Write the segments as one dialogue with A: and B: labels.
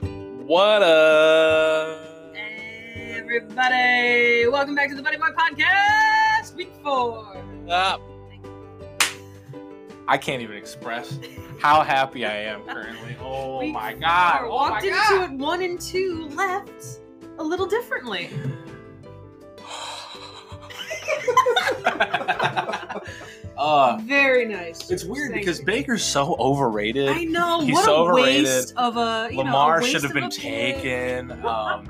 A: What up?
B: Everybody, welcome back to the Buddy Boy Podcast, week four.
A: Up. I can't even express how happy I am currently. Oh
B: Week
A: my god.
B: Four.
A: Oh
B: Walked
A: my
B: into
A: God.
B: it one and two, left a little differently.
A: uh,
B: Very nice.
A: it's weird
B: Thank
A: because
B: you.
A: Baker's so overrated.
B: I know
A: he's
B: what a
A: so overrated.
B: waste of a you know, a
A: Lamar
B: waste
A: should have
B: of
A: been
B: a pick.
A: taken. Um,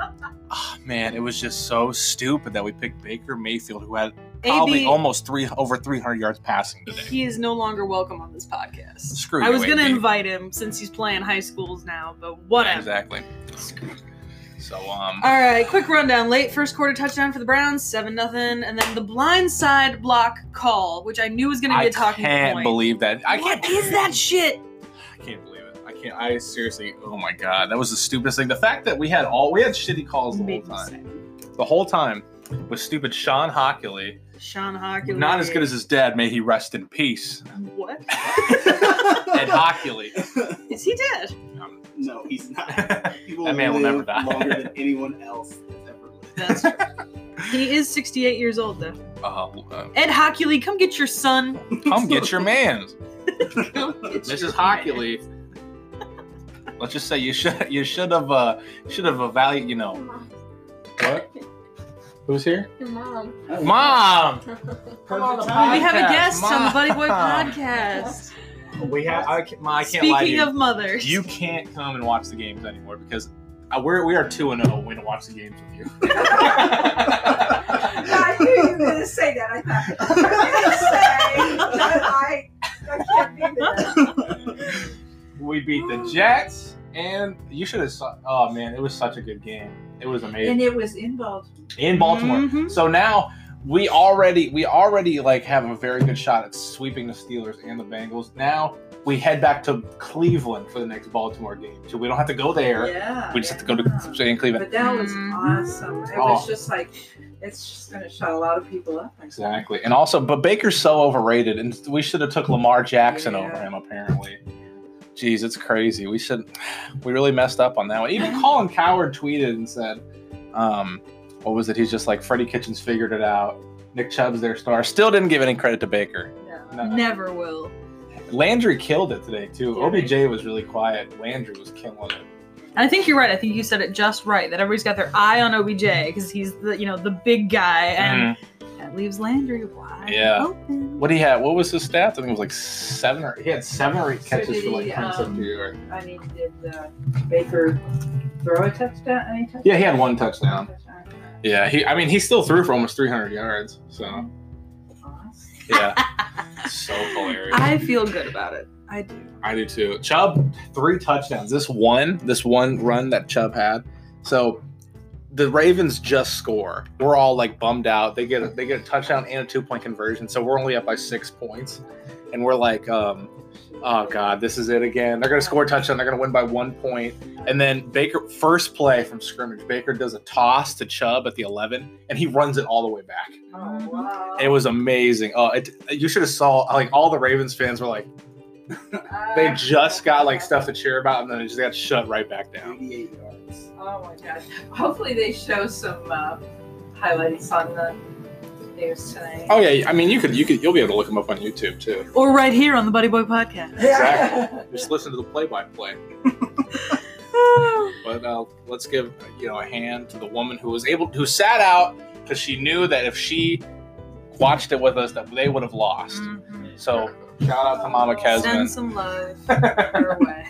A: ah, man, it was just so stupid that we picked Baker Mayfield, who had probably
B: AB,
A: almost three over 300 yards passing today.
B: he is no longer welcome on this podcast.
A: Screw
B: I
A: you,
B: was gonna
A: AB.
B: invite him since he's playing high schools now, but whatever.
A: Exactly. So, um,
B: All right, quick rundown. Late first quarter touchdown for the Browns, seven nothing, and then the blind side block call, which I knew was going to be
A: I
B: a talking
A: can't
B: point.
A: believe that. I can't.
B: What is that shit?
A: I can't believe it. I can't. I seriously. Oh my god, that was the stupidest thing. The fact that we had all we had shitty calls the whole
B: Made me
A: time.
B: sick.
A: The whole time was stupid. Sean Hockley,
B: Sean Hockley.
A: not as good as his dad. May he rest in peace.
B: what?
A: Ed Hockley.
B: Is he dead?
C: No, he's not. He will
A: That man will
C: live
A: never die.
C: longer than anyone else has ever lived.
B: That's true. he is 68 years old though.
A: Uh, uh,
B: Ed Hockley, come get your son.
A: come get your man's,
B: Come get your
A: Mrs. Hockley. Let's just say you should you should have uh should have evaluated. You know
D: Mom.
A: what? Who's here?
D: Mom.
A: Mom.
C: Perfect
B: man. We
C: time.
B: have a guest on the
A: Mom.
B: Buddy Boy podcast.
A: We have. I, can't- Ma, I can't lie to
B: Speaking
A: you.
B: of mothers,
A: you can't come and watch the games anymore because uh, we're we are two and zero when to watch the games with you.
D: I knew you were going to say that. I thought you were going to say that I, I can't be there.
A: we beat the Jets, and you should have. Saw, oh man, it was such a good game. It was amazing
D: And it was in Baltimore.
A: in Baltimore.
B: Mhm.
A: So now we already we already like have a very good shot at sweeping the Steelers and the Bengals. Now we head back to Cleveland for the next Baltimore game, so we don't have to go there.
D: Yeah.
A: We just have to go to stay in Cleveland.
D: But that was
A: Mm-hmm.
B: Mhm.
D: awesome. It
A: Oh.
D: was just like, it's just going to shut a lot of people up. I think.
A: Exactly, and also, but Baker's so overrated, and we should have took Lamar Jackson
D: Yeah.
A: over him. Apparently, jeez, it's crazy. We should, we really messed up on that one. Even Colin Coward tweeted and said, um, "What was it?" He's just like Freddie Kitchens figured it out. Nick Chubb's their star. Still didn't give any credit to Baker.
D: Yeah.
A: No.
B: never will.
A: Landry killed it today too.
D: Yeah.
A: OBJ was really quiet. Landry was killing it.
B: And I think you're right. I think you said it just right that everybody's got their eye on OBJ because he's the you know the big guy, and that leaves Landry wide
A: Mm-hmm. Yeah.
B: open.
A: What he had? What was his stats? I think it was like seven or he had seven or eight
D: So
A: catches
D: did
A: for like
D: he,
A: Prince of
D: um,
A: New York.
D: I mean, did uh, Baker throw a touchdown? Any touchdown?
A: Yeah, he had one touchdown.
D: Touchdown.
A: Yeah, he. I mean, he still threw for almost 300 yards. So
D: Awesome.
A: yeah, so hilarious. I,
B: I feel good about it. I do.
A: do too. Chubb three touchdowns. This one, this one run that Chubb had. So the Ravens just score. We're all like bummed out. They get a, they get a touchdown and a two point conversion. So we're only up by six points, and we're like, um, oh god, this is it again. They're gonna score a touchdown. They're gonna win by one point. And then Baker first play from scrimmage. Baker does a toss to Chubb at the 11, and he runs it all the way back.
D: Oh, wow.
A: It was amazing. Oh, it, you should have saw like all the Ravens fans were like
D: Uh,
A: they just got like stuff to cheer about, and then it just got shut right back down.
C: 88 yards.
D: Oh my gosh. Hopefully they show some uh, highlights on the news tonight.
A: Oh yeah, I mean you could you could you'll be able to look them up on YouTube too.
B: Or right here on the Buddy Boy podcast.
A: Exactly. Just listen to the play-by-play. But uh, let's give you know a hand to the woman who was able who sat out because she knew that if she watched it with us that they would have lost.
B: Mhm.
A: So shout out to Mama
B: Send
A: Kesman.
B: some love
A: I
B: her way.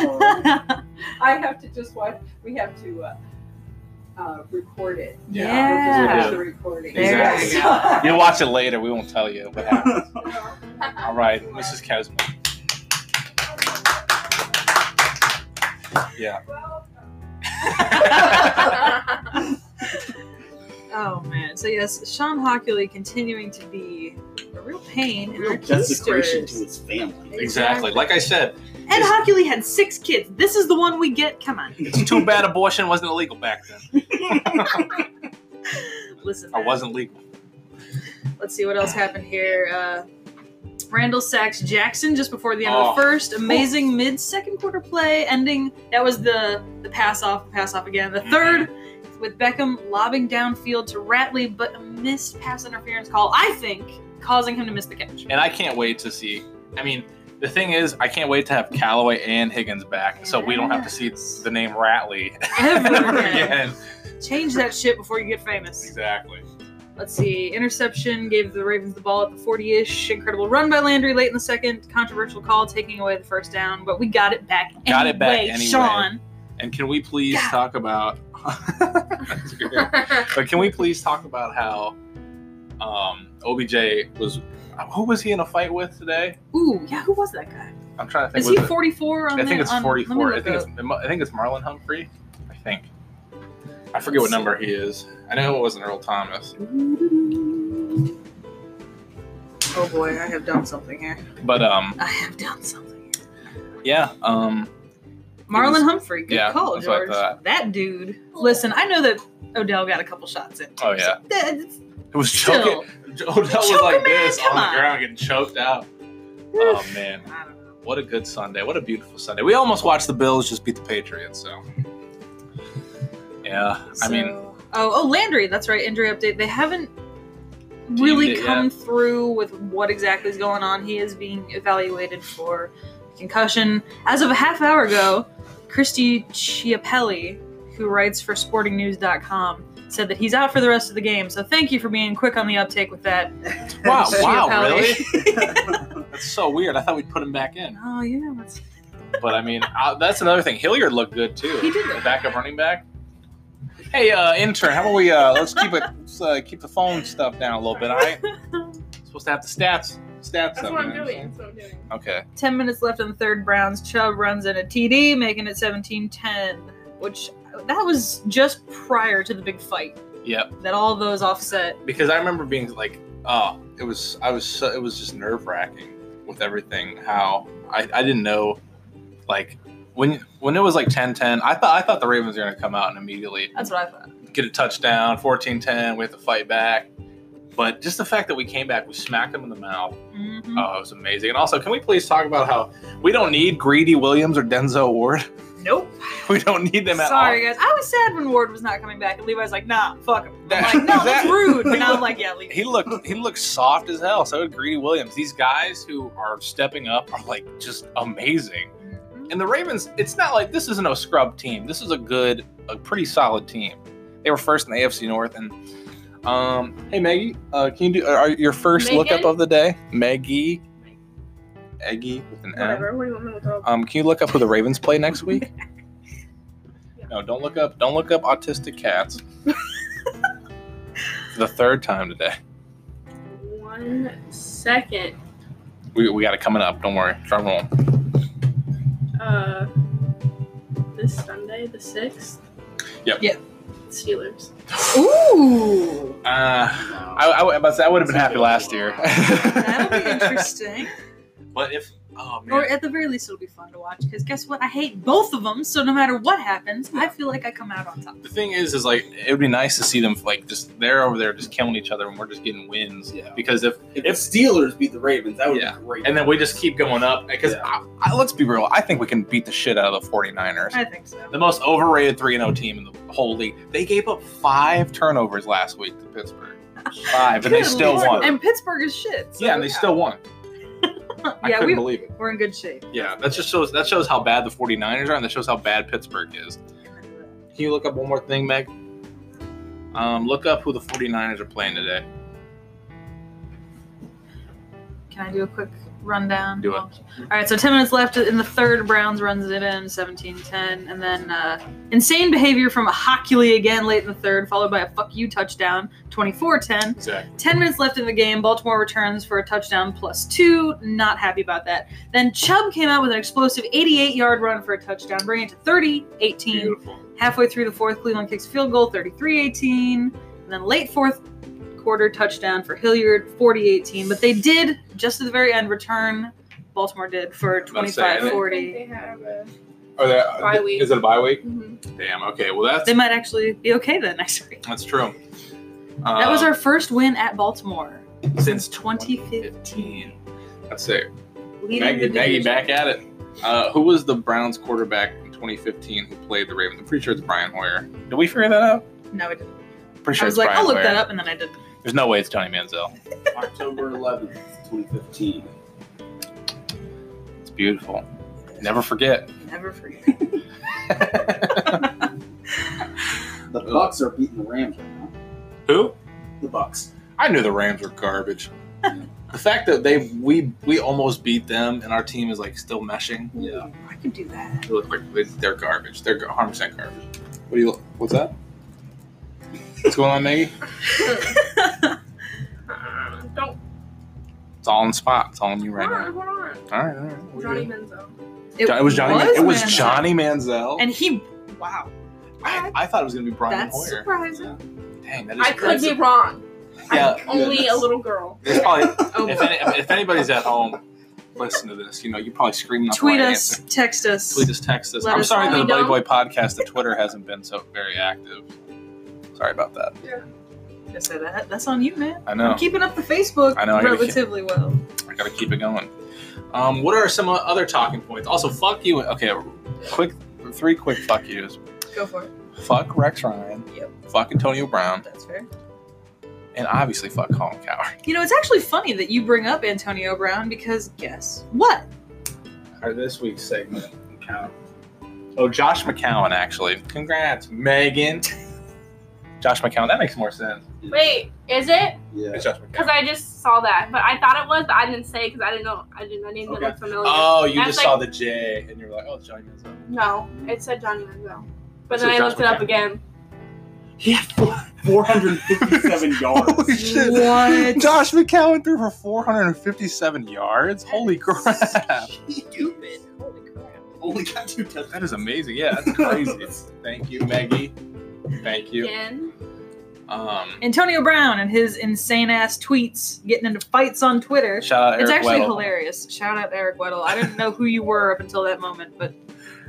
D: Oh, I have to just watch. We have to uh, uh, record it.
B: Yeah.
D: We'll just
A: Yeah.
D: watch the recording.
A: There
B: you
D: So-
A: You'll watch it later. We won't tell you what happened. All right, Mrs. Kesman. Yeah.
B: oh man. So yes, Sean Hockley continuing to be a real pain in our
C: Real desecration to
B: keysters.
C: his family.
A: Exactly. Like I said,
B: Ed Hockley had six kids. This is the one we get. Come on.
A: it's too bad abortion wasn't illegal back then.
B: Listen.
A: I
B: man.
A: wasn't legal.
B: Let's see what else happened here. Uh, Randall sacks Jackson just before the end of the
A: Oh.
B: first. Amazing mid second quarter play ending. That was the the pass off, pass off again. The
A: Mhm.
B: third with Beckham lobbing downfield to Ratley, but a missed pass interference call, I think, causing him to miss the catch.
A: and I can't wait to see. I mean, the thing is, I can't wait to have Callaway and Higgins back, so we don't have to see
B: Yes.
A: the name Ratley
B: Ever
A: ever
B: again.
A: again.
B: Change that shit before you get famous.
A: Exactly.
B: Let's see. Interception gave the Ravens the ball at the 40 ish. Incredible run by Landry late in the second. Controversial call taking away the first down, but we got it back.
A: Got it back
B: anyway,
A: anyway.
B: Sean.
A: And can we please
B: God.
A: talk about? That's great. but can we please talk about how um, OBJ was? Who was he in a fight with today?
B: Ooh, yeah, who was that guy?
A: I'm trying to think.
B: Is
A: was
B: he
A: it-
B: 44 on
A: I think
B: that-
A: it's
B: on- Um, let me
A: 44. I
B: look
A: think
B: up.
A: it's it mu- I think it's Marlon Humphrey. I think. I forget what number he is. I know it wasn't Earl Thomas,
B: Oh boy, I have done something here.
A: but um,
B: I have done something.
A: yeah, um,
B: Marlon
A: was-
B: Humphrey, good
A: yeah,
B: call,
A: that's what I
B: George.
A: thought.
B: That dude. Listen, I know that Odell got a couple shots in.
A: Oh, yeah.
B: So that's-
A: it was choking.
B: still,
A: Odell was
B: Choke
A: like
B: him, man,
A: this on
B: come
A: the
B: on.
A: ground, getting choked out. Oh man,
B: I don't know.
A: what a good Sunday! What a beautiful Sunday. We almost watched the Bills just beat the Patriots, so yeah. I mean,
B: So- oh, oh, Landry. That's right. Injury update. They haven't really
A: it yet.
B: come through with what exactly is going on. He is being evaluated for concussion. As of a half hour ago, Christy Chiapelli, who writes for SportingNews.com, said that he's out for the rest of the game. So thank you for being quick on the uptake with that.
A: wow,
B: Christy
A: wow,
B: Appelli.
A: really? That's so weird. I thought we'd put him back in,
B: oh yeah, that's
A: but I mean, uh, that's another thing. Hilliard looked good too.
B: he did.
A: the
B: Look.
A: backup running back. Hey, uh, intern, how about we uh, let's keep it let's, uh, keep the phone stuff down a little bit, all right? Supposed to have the stats stats.
C: That's
A: up,
C: what I'm
A: man.
C: doing. That's what I'm doing.
A: Okay,
B: Ten minutes left in the third. Browns Chubb runs in a TD, making it 17-10, which that was just prior to the big fight.
A: yep.
B: that all those offset.
A: Because I remember being like, oh, it was I was so, it was just nerve wracking with everything. How I, I didn't know, like when when it was like 10-10, I thought I thought the Ravens were gonna come out and immediately
B: That's what I thought.
A: get a touchdown, 14-10, we have to fight back. But just the fact that we came back, we smacked them in the mouth.
B: Mhm.
A: Oh, it was amazing. And also, can we please talk about how we don't need Greedy Williams or Denzel Ward?
B: Nope.
A: We don't need them at
B: Sorry, guys. I was sad when Ward was not coming back, and Levi's like, "Nah, fuck him." I'm
A: That-
B: like, "No, that's
A: that-
B: rude." But now I'm like, "Yeah,
A: all.
B: leave."
A: He looked he looked soft as hell. So did Greedy Williams. These guys who are stepping up are like just amazing.
B: Mhm.
A: And the Ravens, it's not like this isn't a scrub team. This is a good, a pretty solid team. They were first in the AFC North. And um, hey Maggie, uh, can you do uh, your first
C: Megan?
A: lookup of the day? Maggie, Eggie with an M.
C: Whatever. What do you want me to talk?
A: Um, can you look up who the Ravens play next week? No, don't look up. Don't look up autistic cats. For the third time today.
C: One second.
A: We, we got it coming up. Don't worry. Drum roll.
C: Uh, this Sunday, the sixth.
A: Yep.
B: Yeah.
C: Steelers.
B: Ooh,
A: Uh, I, I, would- about to say, I would have been happy last year.
B: that'll be interesting.
A: But if oh man,
B: Or at the very least, it'll be fun to watch. Because guess what? I hate both of them. So no matter what happens, I feel like I come out on top.
A: the thing is, is like it would be nice to see them like just they're over there just killing each other and we're just getting wins
E: Yeah.
A: because if
E: If, the Steelers beat the Ravens, that would
A: Yeah.
E: be great.
A: and then we just keep going up because
E: Yeah.
A: I, I, let's be real, I think we can beat the shit out of the 49ers.
B: I think so.
A: the most overrated 3 0 team in the whole league. They gave up five turnovers last week to Pittsburgh. Five, and they
B: Good
A: still
B: lord.
A: won.
B: And Pittsburgh is shit. so
A: yeah, and they still won. I
B: yeah,
A: couldn't
B: we,
A: believe it.
B: we're in good shape.
A: Yeah, that just shows that shows how bad the 49ers are, and that shows how bad Pittsburgh is. Can you look up one more thing, Meg? Um, look up who the 49ers are playing today.
B: Can I do a quick rundown?
A: Do it.
B: All right, so 10 minutes left in the third. Browns runs it in 17 10. And then uh, insane behavior from Hockley again late in the third, followed by a fuck you touchdown 24 10.
A: Exactly.
B: 10 minutes left in the game. Baltimore returns for a touchdown plus two. Not happy about that. Then Chubb came out with an explosive 88 yard run for a touchdown, bringing it to 30 18.
A: Beautiful.
B: Halfway through the fourth, Cleveland kicks field goal 33 18. And then late fourth quarter touchdown for Hilliard 40 18. But they did, just at the very end, return. Baltimore did for
A: about to say, I
B: 25
A: think-
B: 40.
C: They have a.
A: Are they,
C: Bye week.
A: Is it a bye week?
C: mhm.
B: Mm-hmm.
A: Damn. Okay. Well, that's
B: They might actually be okay then next week.
A: that's true.
B: That was
A: Um,
B: our first win at Baltimore
A: since
B: 2015.
A: 2015. That's it. Maggie,
B: Leading the
A: Maggie,
B: division.
A: back at it. Uh, who was the Browns quarterback in 2015 who played the Ravens? I'm pretty sure it's Brian Hoyer. Did we figure that out?
B: No, I didn't.
A: Pretty sure
B: I
A: it's
B: was like,
A: Brian
B: I'll look
A: Hoyer.
B: that up, and then I didn't.
A: There's no way it's Johnny Manziel.
E: October 11th, 2015.
A: It's beautiful. Never forget.
B: Never forget.
E: The Bucks are beating the Rams right now.
A: Who?
E: The Bucks.
A: I knew the Rams were garbage. the fact that they we we almost beat them and our team is like still meshing.
E: Yeah.
B: I could do that.
A: They look like- they- they're garbage. They're 100 percent garbage. What do you? What's that? What's going on, Maggie?
C: Uh, don't.
A: It's all on the spot. It's all on you right
C: hold on,
A: now.
C: hold on.
B: Ah.
A: All right, all right. we're
C: Johnny
A: good.
C: Manziel.
A: It, was Johnny. Man- it was
B: Manziel.
A: Johnny Manziel.
B: And he, wow,
A: I, I thought it was gonna be Brian
B: that's
A: Hoyer.
B: surprising.
A: Dang, that is.
C: I could be
A: impressive.
C: wrong.
A: Yeah,
C: I'm only a
E: that's-
C: little girl.
A: There's probably,
C: Oh,
A: if,
C: boy.
A: any, if anybody's at home, listen to this. You know, you're probably screaming. out the
B: Tweet
A: right
B: us,
A: answer.
B: text us.
A: Tweet us, text us.
B: Let
A: I'm
B: us
A: sorry
C: know.
A: that the
C: We
A: Buddy
C: don't.
A: Boy podcast, the Twitter hasn't been so very active. Sorry about that.
B: I said that. That's on you, man.
A: I know.
B: I'm keeping up the Facebook
A: I know, I gotta keep-
B: relatively well.
A: I gotta keep it going. Um, what are some o- other talking points? Also, fuck you. Okay, quick, three quick fuck yous.
B: Go for it.
A: Fuck Rex Ryan.
B: Yep.
A: Fuck Antonio Brown,
B: That's fair.
A: and obviously fuck Colin Coward.
B: You know, it's actually funny that you bring up Antonio Brown because guess what?
A: Our this week's segment. Oh, Josh McCown, actually. Congrats, Megan. Josh McCown. That makes more sense.
C: Wait, is it?
E: Yeah.
A: It's Josh
C: Because
A: McCown.
C: I just saw that, but I thought it was, but I didn't say because I didn't know. I didn't. I didn't
E: Okay.
C: look familiar.
A: Oh, you
C: That's
A: just
C: like-
A: saw the J, and you were like, "Oh, it's Johnny Manziel."
C: no, it said Johnny Manziel. But
A: So
C: then I
A: Josh
C: looked it up
A: McCown.
C: again.
E: He had four- 457 yards.
B: What?
A: Josh McCown threw for 457 yards. Holy crap!
E: Stupid. Only got two touchdowns.
A: That is amazing. Yeah, that's crazy. Thank you, Maggie. Thank you.
C: Again.
A: Um,
B: Antonio Brown and his insane ass tweets getting into fights on Twitter.
A: shout out Eric
B: it's actually
A: Weddle.
B: hilarious. Shout out to Eric Weddle. I didn't know who you were up until that moment, but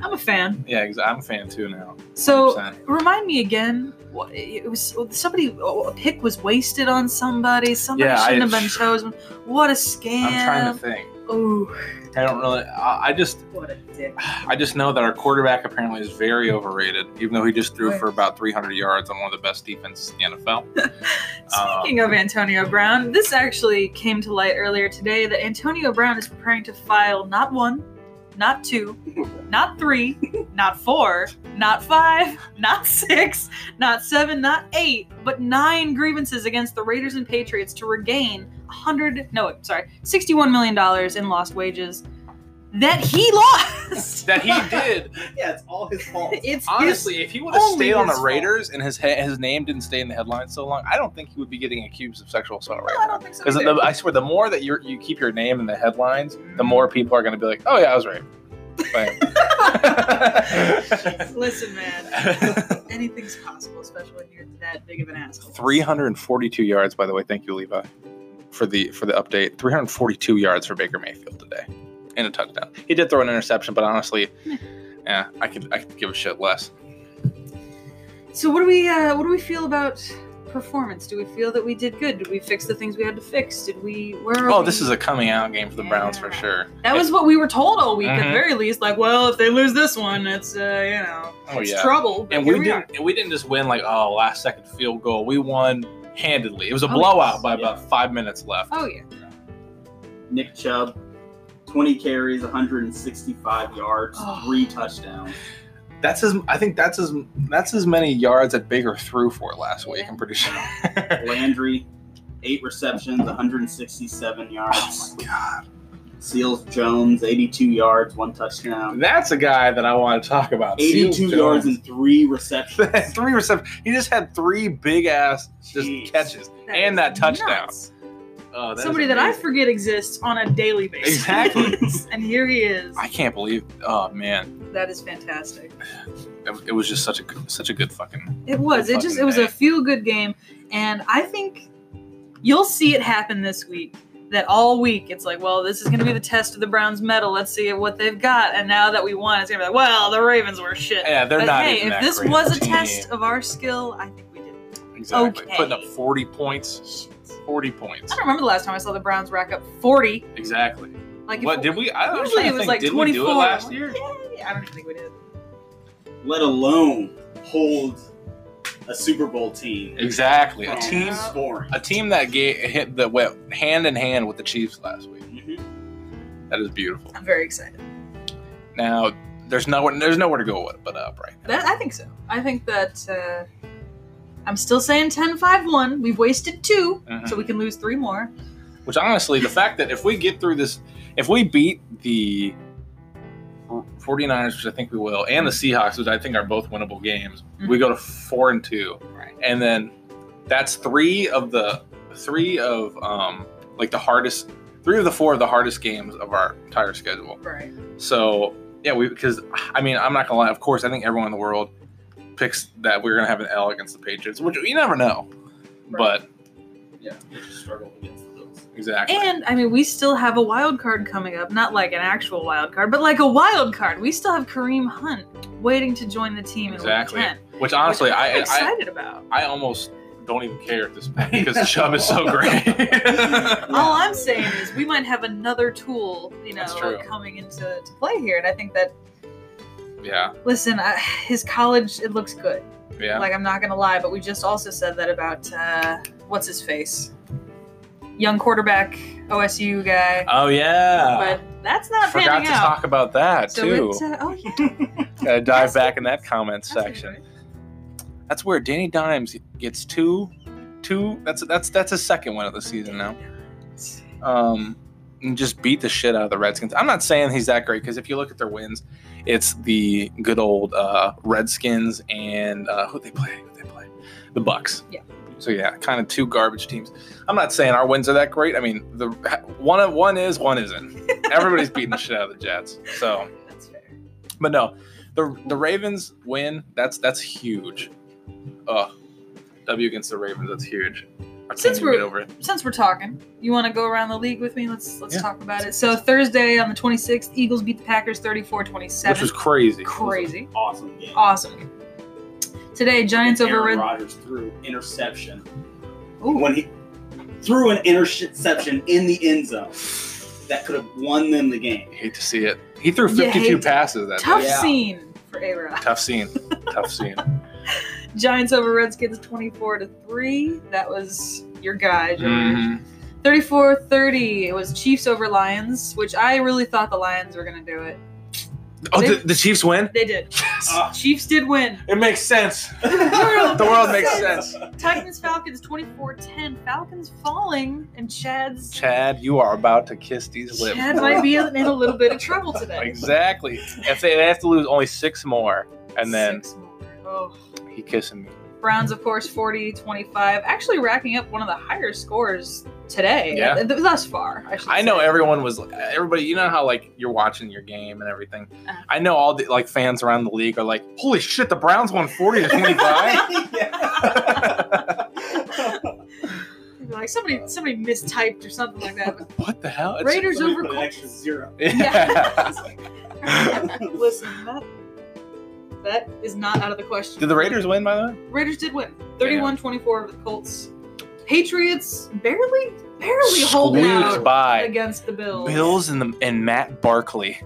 B: I'm a fan.
A: Yeah, 'cause I'm a fan too now.
B: So
A: 100%.
B: remind me again. what- It was somebody. A pick was wasted on somebody. Somebody
A: Yeah, I-
B: shouldn't have been chosen. What a scam!
A: I'm trying to think.
B: Ooh,
A: I don't really. I, I just,
B: what a dick!
A: I just know that our quarterback apparently is very overrated, even though he just threw for about 300 yards on one of the best defenses in the NFL. Um,
B: Speaking of Antonio Brown, this actually came to light earlier today that Antonio Brown is preparing to file not one, not two, not three, not four, not five, not six, not seven, not eight, but nine grievances against the Raiders and Patriots to regain 100 no, sorry, 61 million dollars in lost wages that he lost.
A: That he did.
E: Yeah, it's all his fault.
B: It's
A: Honestly, if he would have
B: only
A: stayed on
B: his
A: the Raiders and his he- his name didn't stay in the headlines so long, I don't think he would be getting accused of sexual assault
B: his,
A: right
B: no, I
A: now.
B: don't think so.
A: Because
B: either.
A: I swear, the more that you you keep your name in the headlines,
B: Mm.
A: the more people are going to be like, "Oh yeah, I was right." Bam.
B: Listen, man. anything's possible, especially when you're that big of an asshole.
A: 342 yards, by the way. Thank you, Levi, for the for the update. 342 yards for Baker Mayfield today, and a touchdown. He did throw an interception, but honestly, yeah, I could I could give a shit less.
B: So what do we uh, what do we feel about performance? Do we feel that we did good? Did we fix the things we had to fix? Did we where are
A: Oh,
B: we?
A: this is a coming out game for the Browns for
B: Yeah.
A: sure.
B: that was what we were told all week at
A: Mhm.
B: the very least. Like, well, if they lose this one, it's uh, you know
A: Oh
B: it's
A: yeah.
B: trouble. But
A: and
B: here
A: we
B: we are.
A: didn't and we didn't just win like oh last second field goal. We won handedly. It was a
B: Oh,
A: blowout
B: yes.
A: by about five minutes left.
B: Oh yeah.
E: Nick Chubb, 20 carries, 165 yards,
B: Oh.
E: three touchdowns.
A: That's as I think that's as that's as many yards that Baker threw for last week. I'm pretty sure.
E: Landry, eight receptions, 167 yards.
A: oh my god,
E: Seals Jones, 82 yards, one touchdown.
A: that's a guy that I want to talk about.
E: 82
A: Steve
E: yards
A: Jones.
E: and three receptions.
A: three receptions. He just had three big ass just
E: Jeez.
A: catches.
B: That
A: And
B: is
A: that touchdown.
B: nuts.
A: Oh, that is
B: Somebody that I
A: amazing.
B: forget exists on a daily basis.
A: Exactly.
B: and here he is.
A: I can't believe. Oh man,
B: That is fantastic.
A: it, it was just such a good, such a good fucking.
B: It was. It just it was a
A: Fucking
B: feel good game, and I think you'll see it happen this week. That all week it's like, well, this is going to be the test of the Browns' medal. Let's see what they've got. And now that we won, it's going to be like, well, the Ravens were shit.
A: Yeah, they're
B: but
A: not.
B: hey,
A: even
B: if
A: that
B: this
A: great
B: was a
A: team.
B: test of our skill, I think we did.
A: exactly
B: okay.
A: putting up forty points.
B: Shit.
A: 40 points.
B: I don't remember the last time I saw the Browns rack up 40.
A: Exactly.
B: Like if
A: What
B: we-
A: did we? I was
B: Usually
A: trying
B: it
A: to
B: was
A: think,
B: like
A: did
B: 24.
A: we do it last year?
B: Yeah, I don't even think we did.
E: let alone hold a Super Bowl team.
A: Exactly. A
E: from
A: team,
E: scoring.
A: a team that ga- hit that went hand in hand with the Chiefs last week.
E: Mhm.
A: That is beautiful.
B: I'm very excited.
A: Now there's nowhere there's nowhere to go with but up right now.
B: That, I think so. I think that uh, I'm still saying 10 5 1. We've wasted 2
A: Mhm.
B: so we can lose three more.
A: Which honestly, the fact that if we get through this, if we beat the 49ers, which I think we will, and the Seahawks, which I think are both winnable games, we go to four and two,
B: Mm-hmm. Right.
A: and then that's three of the three of um like the hardest three of the four of the hardest games of our entire schedule.
B: Right.
A: So yeah, we because I mean I'm not gonna lie. Of course, I think everyone in the world picks that we're gonna have an L against the Patriots, which you never know. But
E: Yeah, we just struggled against the Bills.
A: exactly,
B: And I mean, we still have a wild card coming up. Not like an actual wild card, but like a wild card. We still have Kareem Hunt waiting to join the team
A: Exactly.
B: in week 10.
A: which honestly
B: which I'm
A: I, I
B: excited about.
A: I almost don't even care at this point because Chubb is so great.
B: All I'm saying is we might have another tool, you
A: That's true.
B: know, coming into to play here. And I think that,
A: yeah,
B: listen, I, his college, it looks good.
A: yeah.
B: Like I'm not gonna lie, but we just also said that about uh, what's his face, young quarterback OSU guy.
A: oh yeah.
B: but that's not
A: Forgot
B: panning
A: to
B: out.
A: talk about that
B: so
A: too.
B: it's uh, oh yeah,
A: Gotta dive
B: that's-
A: back in that comment
B: that's
A: section.
B: right.
A: That's where Danny Dimes gets two, two. That's that's that's his second one of the season now. Um, and just beat the shit out of the Redskins. I'm not saying he's that great because if you look at their wins, it's the good old uh, Redskins and uh, who they play, who they play, the Bucks.
B: Yeah.
A: So yeah, kind of two garbage teams. I'm not saying our wins are that great. I mean, the one one is, one isn't. Everybody's beating the shit out of the Jets. So.
B: That's fair.
A: But no, the the Ravens win. That's that's huge. Ugh. W against the Ravens. That's huge. I can't
B: Since
A: even
B: we're-
A: get over it.
B: Since we're talking, you want to go around the league with me? Let's let's
A: Yeah.
B: talk about it. So Thursday on the 26th, Eagles beat the Packers 34-27.
A: Which was crazy.
B: crazy,
E: Awesome game.
B: awesome. Today, Giants
E: Aaron
B: over Red.
E: Rodgers threw interception
B: Ooh.
E: when he threw an interception in the end zone that could have won them the game.
A: Hate to see it. He threw
B: You hate
A: 52
B: it.
A: passes that
B: Tough
A: day.
E: Yeah.
B: scene for A Rod.
A: Tough scene. Tough scene.
B: Giants over Redskins 24 to 3. That was your guy, George.
A: Mhm.
B: 34 30. It was Chiefs over Lions, which I really thought the Lions were going to do it.
A: Oh,
B: They-
A: did the Chiefs win?
B: They did.
E: Ah.
B: Chiefs did win.
A: It makes sense.
B: world
A: The world makes sense.
B: Titans Falcons 24 10. Falcons falling, and Chad's.
A: Chad, you are about to kiss these lips.
B: Chad might be in a little bit of trouble today.
A: Exactly. If they, they have to lose only six more, and then
B: Six more. Oh.
A: he kissing me.
B: Browns, of course, 40 25. Actually, racking up one of the higher scores today, uh,
A: Yeah.
B: th- th- thus far. I, should
A: I know
B: say.
A: everyone was everybody. You know how like you're watching your game and everything.
B: Uh.
A: I know all the like fans around the league are like, "Holy shit, the Browns won forty to twenty-five."
B: You'd be Like somebody, somebody mistyped or something like that. but
A: what the hell? It's-
B: Raiders
E: Somebody
B: over
E: put an
B: Colts.
E: extra zero.
A: Yeah.
B: Listen, that that is not out of the question.
A: Did the Raiders win by the way?
B: Raiders did win, 31-24 over the Colts. Patriots barely, barely holding
A: Squeaked
B: out
A: by
B: against the Bills.
A: Bills and the and Matt Barkley.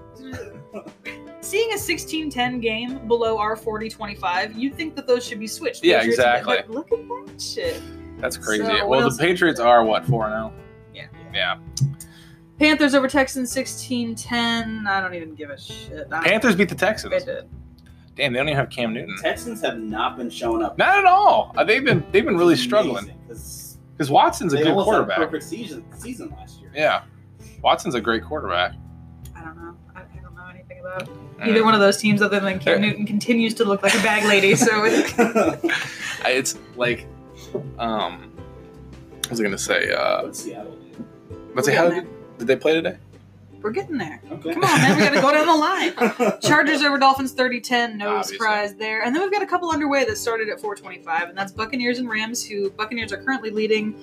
B: Seeing a 16-10 game below our 40-25, you'd think that those should be switched.
A: Yeah,
B: Patriots and-
A: exactly.
B: But look at that shit.
A: That's crazy.
B: So, what
A: well,
B: else-
A: the Patriots are what four oh? now?
B: Yeah.
A: Yeah.
B: Panthers over Texans 16-10. I don't even give a shit. I don't-
A: Panthers beat the
B: They
A: Texans.
B: did.
A: Damn, they don't even have Cam Newton.
E: Texans have not been showing up.
A: Not at all. Uh, They've been they've been really struggling
E: Amazing, 'cause
A: because Watson's a
E: they
A: good
E: almost had a
A: quarterback.
E: perfect season season last year.
A: Yeah, Watson's a great quarterback.
B: I don't know. I, I don't know anything about
A: Mm.
B: either one of those teams other than Cam
A: Yeah.
B: Newton continues to look like a bag lady. So it's,
A: I- it's like um what was i gonna say uh
E: What's Seattle do?
A: but say
B: We're
A: how
B: getting
A: did, did they play today
B: we're getting there.
E: Okay.
B: Come on, man. We got to go down the line. Chargers over Dolphins 30 10. No
A: Obviously.
B: surprise there. And then we've got a couple underway that started at 425, and that's Buccaneers and Rams, who Buccaneers are currently leading.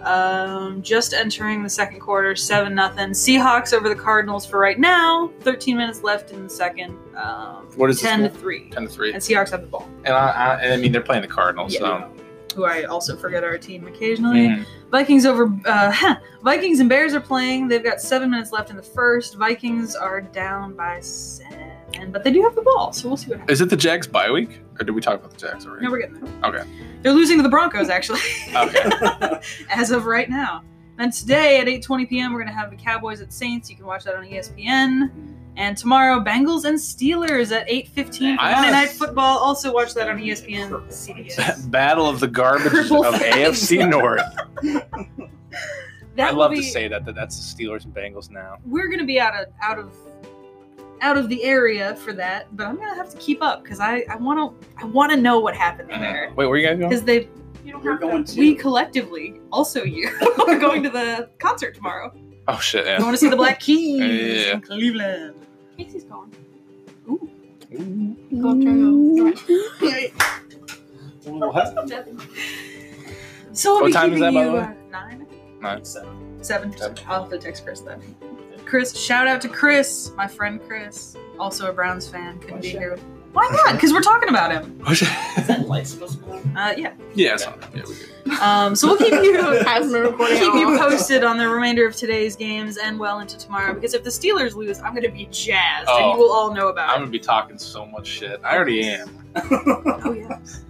B: Um, just entering the second quarter, 7 nothing. Seahawks over the Cardinals for right now. 13 minutes left in the second. Um,
A: What is the
B: 10 to
A: score?
B: 3.
A: 10 to 3
B: And Seahawks have the ball.
A: and I, I and i mean they're playing the cardinals
B: Yeah.
A: so
B: who I also forget are a team occasionally.
A: Mm-hmm.
B: Vikings over uh, Vikings and Bears are playing. They've got seven minutes left in the first. Vikings are down by seven, but they do have the ball, so we'll see what happens.
A: Is it the Jags bye week, or did we talk about the Jags already?
B: No, we're getting there.
A: Okay.
B: They're losing to the Broncos actually,
A: okay.
B: as of right now. And today at 8:20 p.m. we're gonna have the Cowboys at Saints. You can watch that on E ESPN. And tomorrow, Bengals and Steelers at 8:15
A: I
B: for Monday
A: have-
B: Night Football. Also watch that on E ESPN. CBS.
A: Battle of the garbage
B: Purple
A: of
B: Fangs.
A: AFC North.
B: That
A: I
B: will
A: love
B: be-
A: to say that, that that's the Steelers and Bengals now.
B: we're gonna be out of out of out of the area for that, but I'm gonna have to keep up because I I want to I want to know what happened there
A: Wait, where you guys going?
B: because they
C: You don't
E: You're
C: have
E: going
C: to.
E: to.
B: we collectively also you are going to the concert tomorrow.
A: Oh shit!
B: I
A: Yeah.
B: want to see the Black Keys
A: Yeah.
B: in Cleveland.
C: Casey's going.
A: Ooh.
C: Go turn
E: What?
B: So I'll
A: What
B: be
A: time is
B: keeping
A: that, by
B: you,
A: the way?
B: uh, nine.
E: So,
B: Seven.
A: Seven.
B: I'll have to text Chris then. Chris, shout out to Chris, my friend Chris, also a Browns fan. Couldn't
E: Why
B: be
E: shout-
B: here. Why not? Because we're talking about him.
A: Oh, shit.
E: is that light supposed to go on?
B: Uh, yeah.
A: yeah, it's not- yeah, we good.
B: Um, so we'll keep you
C: Has been recording.
B: keep you
C: all.
B: posted on the remainder of today's games and well into tomorrow. Because if the Steelers lose, I'm going to be jazzed, and
A: Oh.
B: you will all know about
A: I'm
B: it.
A: gonna be talking so much shit. I already am.
B: Oh yes.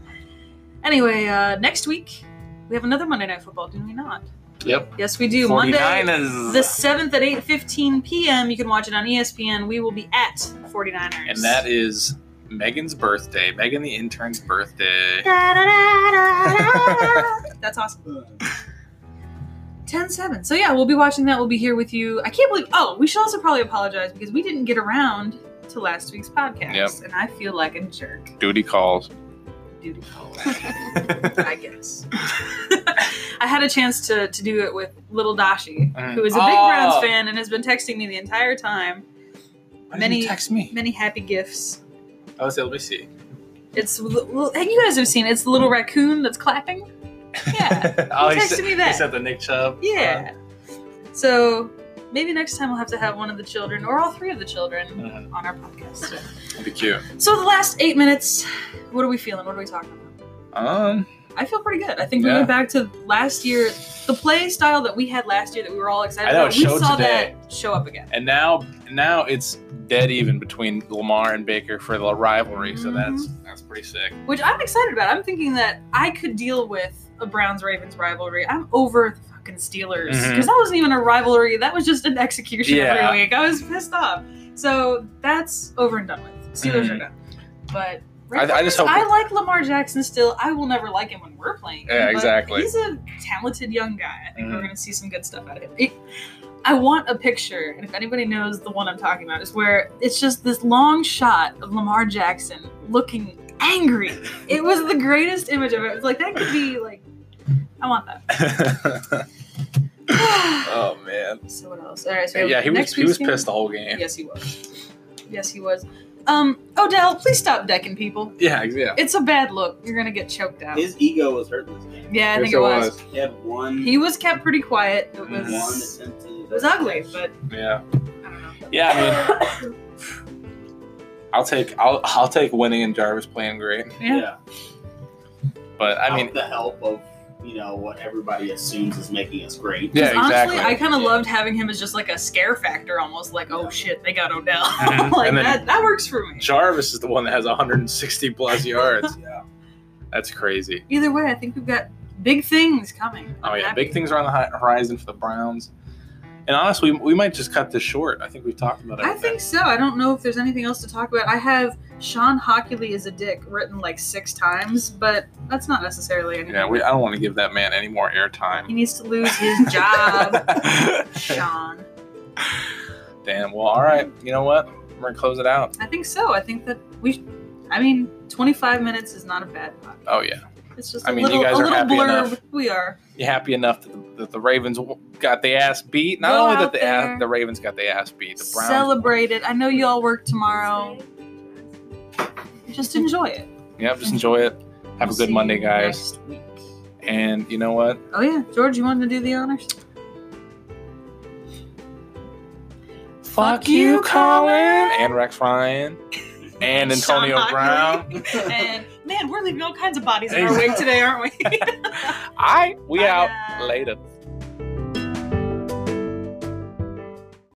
B: Anyway, uh, next week we have another Monday Night Football, do we not?
A: Yep.
B: Yes, we do. Monday.
A: 49ers.
B: The 7th at 8.15 p.m. You can watch it on E ESPN. We will be at 49ers.
A: and that is Megan's birthday. Megan the intern's birthday.
B: That's awesome. 10 7. So, yeah, we'll be watching that. We'll be here with you. I can't believe. Oh, we should also probably apologize because we didn't get around to last week's podcast.
A: Yep.
B: And I feel like a jerk.
A: Duty calls.
B: Duty calls. I guess. I had a chance to, to do it with Little Dashi, who is a big
A: Oh.
B: Browns fan and has been texting me the entire time.
A: Why didn't
B: Many-
A: you text me. Oh,
B: Many happy gifts.
A: I was let me see.
B: It's l- l- hey, you guys have seen it. it's the little raccoon that's clapping. Yeah,
A: oh,
B: he
A: he
B: texted
A: said,
B: me
A: he
B: that.
A: said the Nick Chubb.
B: yeah.
A: uh,
B: So maybe next time we'll have to have one of the children or all three of the children
A: Mhm.
B: on our podcast.
A: That'd be cute.
B: So the last eight minutes, what are we feeling? What are we talking about?
A: Um,
B: I feel pretty good. I think we
A: Yeah.
B: went back to last year, the play style that we had last year that we were all excited
A: I know,
B: about.
A: it
B: We
A: showed
B: saw
A: today.
B: that show up again.
A: and now now it's dead even between Lamar and Baker for the rivalry. So
B: Mhm.
A: that's that's pretty sick.
B: which I'm excited about. I'm thinking that I could deal with a Browns Ravens rivalry. I'm over the fucking Steelers because
A: Mhm.
B: that wasn't even a rivalry. That was just an execution
A: Yeah.
B: every week. I was pissed off. So that's over and done with. Steelers are
A: Mhm.
B: done. But
A: I- I just
B: Ravens,
A: hope-
B: I like Lamar Jackson still. I will never like him when we're playing.
A: Yeah,
B: but
A: exactly.
B: He's a talented young guy. I think we're
A: Mhm.
B: gonna see some good stuff out of him. It- I want a picture, and if anybody knows the one I'm talking about, is where it's just this long shot of Lamar Jackson looking angry. It was the greatest image of it. It's like that could be like, I want that.
A: oh man.
B: so what else? All right. So
A: Yeah, he was
B: next
A: he was
B: week's game?
A: pissed the whole game.
B: Yes, he was. Yes, he was. Um, Odell, please stop decking people.
A: Yeah, yeah.
B: It's a bad look. You're gonna get choked out.
E: His ego was hurt this game.
B: yeah,
A: Yes,
B: I think it was.
E: He had one,
B: He was kept pretty quiet. It
E: one
B: was.
A: Mhm.
E: attempt to.
B: It was ugly, but
A: Yeah.
B: I don't know.
A: Yeah, I mean I'll take I'll I'll take winning and Jarvis playing great.
B: Yeah.
A: But I mean
E: Without the help of you know what everybody assumes is making us great.
A: Yeah,
B: 'Cause honestly,
A: exactly.
B: I kind of
E: Yeah.
B: loved having him as just like a scare factor, almost like, oh shit, they got Odell.
A: Mhm.
B: like
A: And then-
B: that, that works for me.
A: Jarvis is the one that has 160 plus yards.
E: Yeah.
A: That's crazy.
B: Either way, I think we've got big things coming.
A: Oh
B: I'm
A: yeah,
B: happy.
A: big things are on the hi- horizon for the Browns. And honestly, we, we might just cut this short. I think we've talked about it.
B: I think so. I don't know if there's anything else to talk about. I have Sean Hockley is a dick written like six times, but that's not necessarily anything.
A: Yeah, we, I don't want to give that man any more
B: he
A: airtime.
B: needs to lose his job, Sean.
A: Damn. Well, all right. You know what? We're gonna close it out.
B: I think so. I think that we, sh- I mean, 25 minutes is not a bad podcast.
A: Oh yeah.
B: It's just a
A: I mean, you
B: little,
A: guys
B: a
A: are
B: little
A: happy
B: blurb.
A: enough.
B: We are.
A: You happy enough that the, that the Ravens w- got the ass beat? Not
B: Go
A: only
B: out
A: that the
B: there.
A: ass, the Ravens got the ass beat. The Browns.
B: Celebrate it. I know you all work tomorrow. Just enjoy it.
A: Yep. Just enjoy it. Have a
B: We'll
A: good
B: see
A: Monday,
B: you
A: guys.
B: next week.
A: And you know what?
B: Oh yeah, George, you wanted to do the honors? Fuck you, Colin.
A: And Rex Ryan. And Antonio
B: Sean
A: Brown.
B: Hockley. and Man, we're leaving all kinds of bodies in our wake today, aren't we?
A: I we
B: Bye,
A: out
B: guys.
A: later.